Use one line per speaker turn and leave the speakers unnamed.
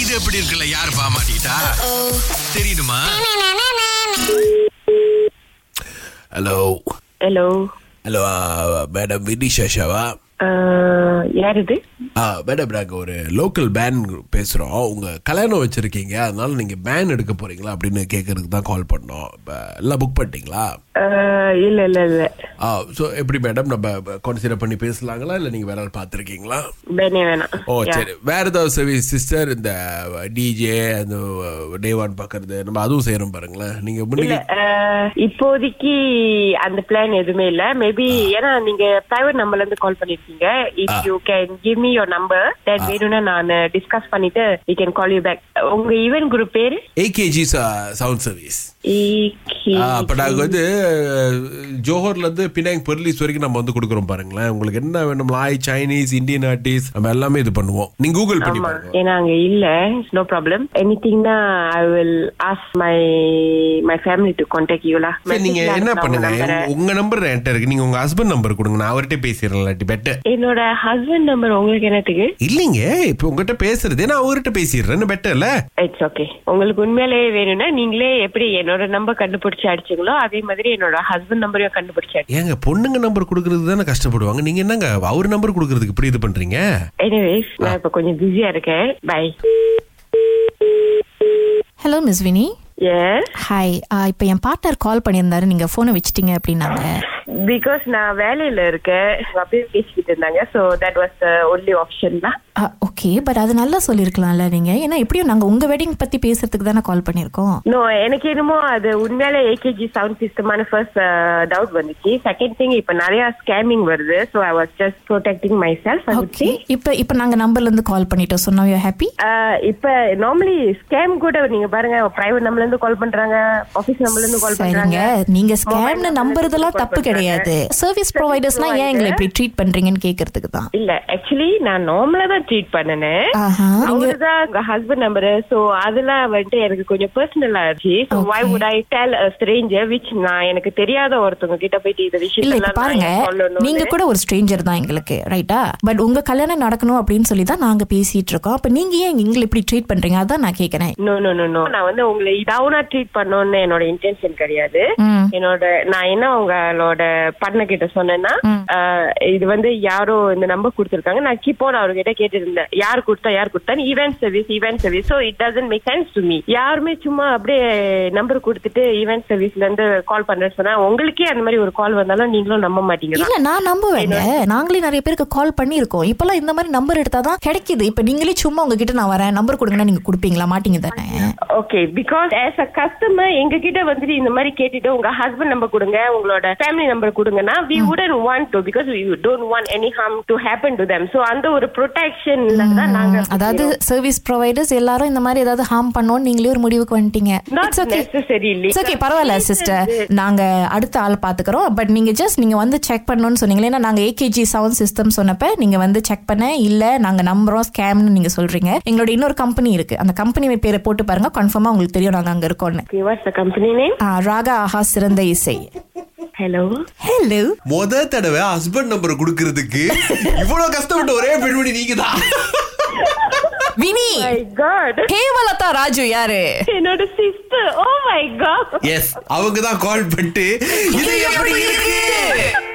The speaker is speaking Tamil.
இது எப்படி இருக்குல்ல யார் பாமாட்டா தெரியுமா hello
hello
hello madam Vinish அஷாவா
யார் இது
ஆ மேடம் நாங்கள் ஒரு லோக்கல் பேன் பேசுகிறோம் உங்கள் கல்யாணம் வச்சுருக்கீங்க அதனால நீங்கள் பேன் எடுக்க போகிறீங்களா அப்படின்னு கேட்கறதுக்கு தான் கால் பண்ணோம் இப்போ எல்லாம் புக் பண்ணிட்டீங்களா
Uh, இல்ல இல்ல இல்ல
ஆ ஸோ எப்படி மேடம் நம்ம கன்சிடர் பண்ணி பேசலாங்களா இல்லை நீங்கள் வேற ஆள் பார்த்துருக்கீங்களா
வேணே வேணாம்
ஓ சரி வேற ஏதாவது சர்வீஸ் சிஸ்டர் இந்த டிஜே அந்த டே ஒன் பார்க்கறது நம்ம அதுவும் செய்கிறோம் பாருங்களேன் நீங்கள்
இல்ல
முன்னாடி
uh, இப்போதைக்கு அந்த பிளான் எதுவுமே இல்ல மேபி ஏன்னா நீங்க பிரைவேட் நம்பர்ல இருந்து கால் பண்ணிருக்கீங்க if you can give me your number then வேணும்னா நான் டிஸ்கஸ் பண்ணிட்டு we can call you back உங்க ஈவென்ட் குரூப் பேரு E
ஏகேஜி சவுண்ட் சர்வீஸ்
இக்கி-
அப்போ நாங்கள் வந்து ஜோஹர்லேருந்து பினாங் பெர்லிஸ் வரைக்கும் நம்ம வந்து கொடுக்குறோம் பாருங்களேன் உங்களுக்கு என்ன வேணும் லாய் சைனீஸ் இந்தியன் ஆர்டிஸ்ட் நம்ம எல்லாமே இது பண்ணுவோம் நீங்கள் கூகுள் பண்ணி
ஆமா
பாருங்க
ஏன்னா அங்க இல்ல நோ ப்ராப்ளம் எனிதிங்னா I will ask my my family to contact யூலா
சரி நீங்க என்ன பண்ணுங்க உங்க- உங்க நம்பர் என்கிட்ட இருக்கு நீங்க உங்க ஹஸ்பண்ட் நம்பர் கொடுங்க நான் அவர்கிட்ட பேசிடுறேன் இல்லாட்டி பெட்டர்
என்னோட ஹஸ்பண்ட் நம்பர் உங்களுக்கு என்னத்துக்கு
இல்லைங்க இப்போ உங்ககிட்ட பேசுறது நான் அவர்கிட்ட பேசிடுறேன்னு பெட்டர்ல
இட்ஸ் ஓகே உங்களுக்கு உண்மையிலேயே வேணும்னா நீங்களே எப்படி என்னோட நம்பர் கண்டுபிடிச்சு அடிச்சீங்களோ அதே மாதிரி என்னோட ஹஸ்பண்ட் நம்பரையும் கண்டுபிடிச்சு அடி
ஏங்க பொண்ணுங்க நம்பர் கொடுக்கறது தானே கஷ்டப்படுவாங்க நீங்க என்னங்க அவர் நம்பர் கொடுக்கறதுக்கு இப்படி இது பண்றீங்க
எனிவேஸ் நான் இப்ப கொஞ்சம் பிஸியா இருக்கேன் பை
ஹலோ மிஸ் வினி
ஏன்
ஹாய் இப்போ Uh, என் பார்ட்னர் கால் பண்ணியிருந்தாரு நீங்கள் ஃபோனை வச்சிட்டீங்க அப்படின்னாங்க
பிகாஸ் நான் வேலையில இருக்கேன் அப்படியே பேசிக்கிட்டு இருந்தாங்க so that was the only option தான்
ஓகே பட் Uh, அது நல்லா சொல்லியிருக்கலாம்ல நீங்கள் ஏன்னா எப்படியும் நாங்கள் உங்கள் வெட்டிங் பற்றி பேசுறதுக்கு தானே கால் பண்ணியிருக்கோம்
நோ எனக்கு என்னமோ அது உண்மையில ஏகேஜி சவுண்ட் சிஸ்டமான ஃபர்ஸ்ட் டவுட் uh, வந்துச்சு செகண்ட் திங் இப்ப நிறைய ஸ்கேமிங் வருது so I was just protecting myself
okay இப்போ இப்போ நாங்கள் நம்பர்லேருந்து கால் பண்ணிட்டோம் சொன்னோம் யூ ஹாப்பி
ஆஹ் இப்ப நார்மலி ஸ்கேம் கூட நீங்க பாருங்க பிரைவேட் நம்பர்ல இருந்து கால் பண்றாங்க ஆபீஸ் நம்பர்ல இருந்து கால் பண்றாங்க
சரிங்க நீங்க
Mobile number
ஸ்கேம்னு
ல இருந்து
நம்புறதெல்லாம்
call
தப்பு
பண்றாங்க.
கிடையாது சர்வீஸ் ப்ரொவைடர்ஸ்னா ஏன் எங்களை இப்படி ட்ரீட் பண்றீங்கன்னு கேக்குறதுக்கு தான்
இல்ல ஆக்சுவலி நான் நார்மலா தான் ட்ரீட் பண்ணனேன்
ஆஹா, நீங்க-
அவருதான் உங்க ஹஸ்பண்ட் நம்பர் சோ அதெல்லாம் வந்துட்டு எனக்கு கொஞ்சம் பர்சனல் ஆச்சு so why would I tell a stranger which நான் எனக்கு தெரியாத ஒருத்தவங்க கிட்ட போயிட்டு இந்த
இல்ல இப்ப
விஷயத்தெல்லாம்
பாருங்க
நான் சொல்லணும்னு.
நீங்க கூட ஒரு ஸ்ட்ரேஞ்சர் தான் எங்களுக்கு ரைட்டா பட் உங்க கல்யாணம் நடக்கணும் அப்படின்னு சொல்லி தான் நாங்க பேசிட்டு இருக்கோம் அப்ப நீங்க ஏன் எங்களை இப்படி ட்ரீட் பண்றீங்க அதான் நான் கேக்குறேன்
நோ நோ நோ நோ நான் வந்து உங்களை டவுனா ட்ரீட் பண்ணணும்னு என்னோட இன்டென்ஷன் கிடையாது
ம்.
என்னோட நான் என்ன உங்களோட பண்ண கிட்ட சொன்னேன்னா ஆஹ், இது வந்து யாரோ இந்த நம்பர் கொடுத்துருக்காங்க நான் கீப் ஆன் அவர்கிட்ட கேட்டுருந்தேன் யார் கொடுத்தா யார் கொடுத்தான்னு event service event service so it doesn't make sense to me யாருமே சும்மா அப்படியே நம்பர் கொடுத்துட்டு ஈவென்ட் சர்வீஸ்ல இருந்து கால் பண்றேன்னு சொன்னா உங்களுக்கே அந்த மாதிரி ஒரு கால் வந்தாலும் நீங்களும் நம்ப மாட்டீங்க
இல்ல நான் நம்புவேங்க நாங்களே நிறைய பேருக்கு கால் பண்ணியிருக்கோம் இப்பெல்லாம் இந்த மாதிரி நம்பர் எடுத்தாதான் கிடைக்குது இப்ப நீங்களே சும்மா உங்ககிட்ட நான் வரேன் நம்பர் கொடுங்கன்னா நீங்க கொடுப்பீங்களா மாட்டீங்க தானே
okay because as a customer எங்க கிட்ட வந்துட்டு இந்த மாதிரி கேட்டுட்டு உங்க ஹஸ்பண்ட் நம்பர் கொடுங்க உங்களோட ஃபேமிலி நம்பர் கொடுங்கன்னா we wouldn't want to because we don't want any harm to happen to them so அந்த ஒரு ப்ரொடெக்ஷன் தான் நாங்க
அதாவது சர்வீஸ் ப்ரொவைடர்ஸ் எல்லாரும் இந்த மாதிரி ஏதாவது ஹார்ம் பண்ணோம் நீங்களே ஒரு முடிவுக்கு வந்துட்டீங்க
Not
it's okay
necessarily.
It's okay பரவாயில்ல சிஸ்டர் நாங்க அடுத்த ஆள் பாத்துக்கிறோம் பட் நீங்க ஜஸ்ட் நீங்க வந்து செக் பண்ணணும்னு சொன்னீங்களே ஏன்னா நாங்க ஏகேஜி சவுண்ட் சிஸ்டம் சொன்னப்ப நீங்க வந்து செக் பண்ண இல்ல நாங்க நம்புறோம் ஸ்கேம்னு நீங்க சொல்றீங்க எங்களோட இன்னொரு கம்பெனி இருக்கு அந்த கம்பெனி பேரை போட்டு பாருங்க கன்ஃபார்மா உங்களுக்கு தெரியும் நாங்க அங்க இருக்கோம்னு
okay what's the company name
ஆ, ராகா ஆஹா சிறந்த இசை
hello
ஹலோ
முத தடவை ஹஸ்பண்ட் நம்பர் கொடுக்கறதுக்கு இவ்வளவு கஷ்டப்பட்ட ஒரே பெண்மணி நீங்க தான்
வினி
my god
ஹேமலதா ராஜு யாரு
என்னோட sister oh my god
yes அவங்க தான் கால் பண்ணிட்டு இது எப்படி இருக்கு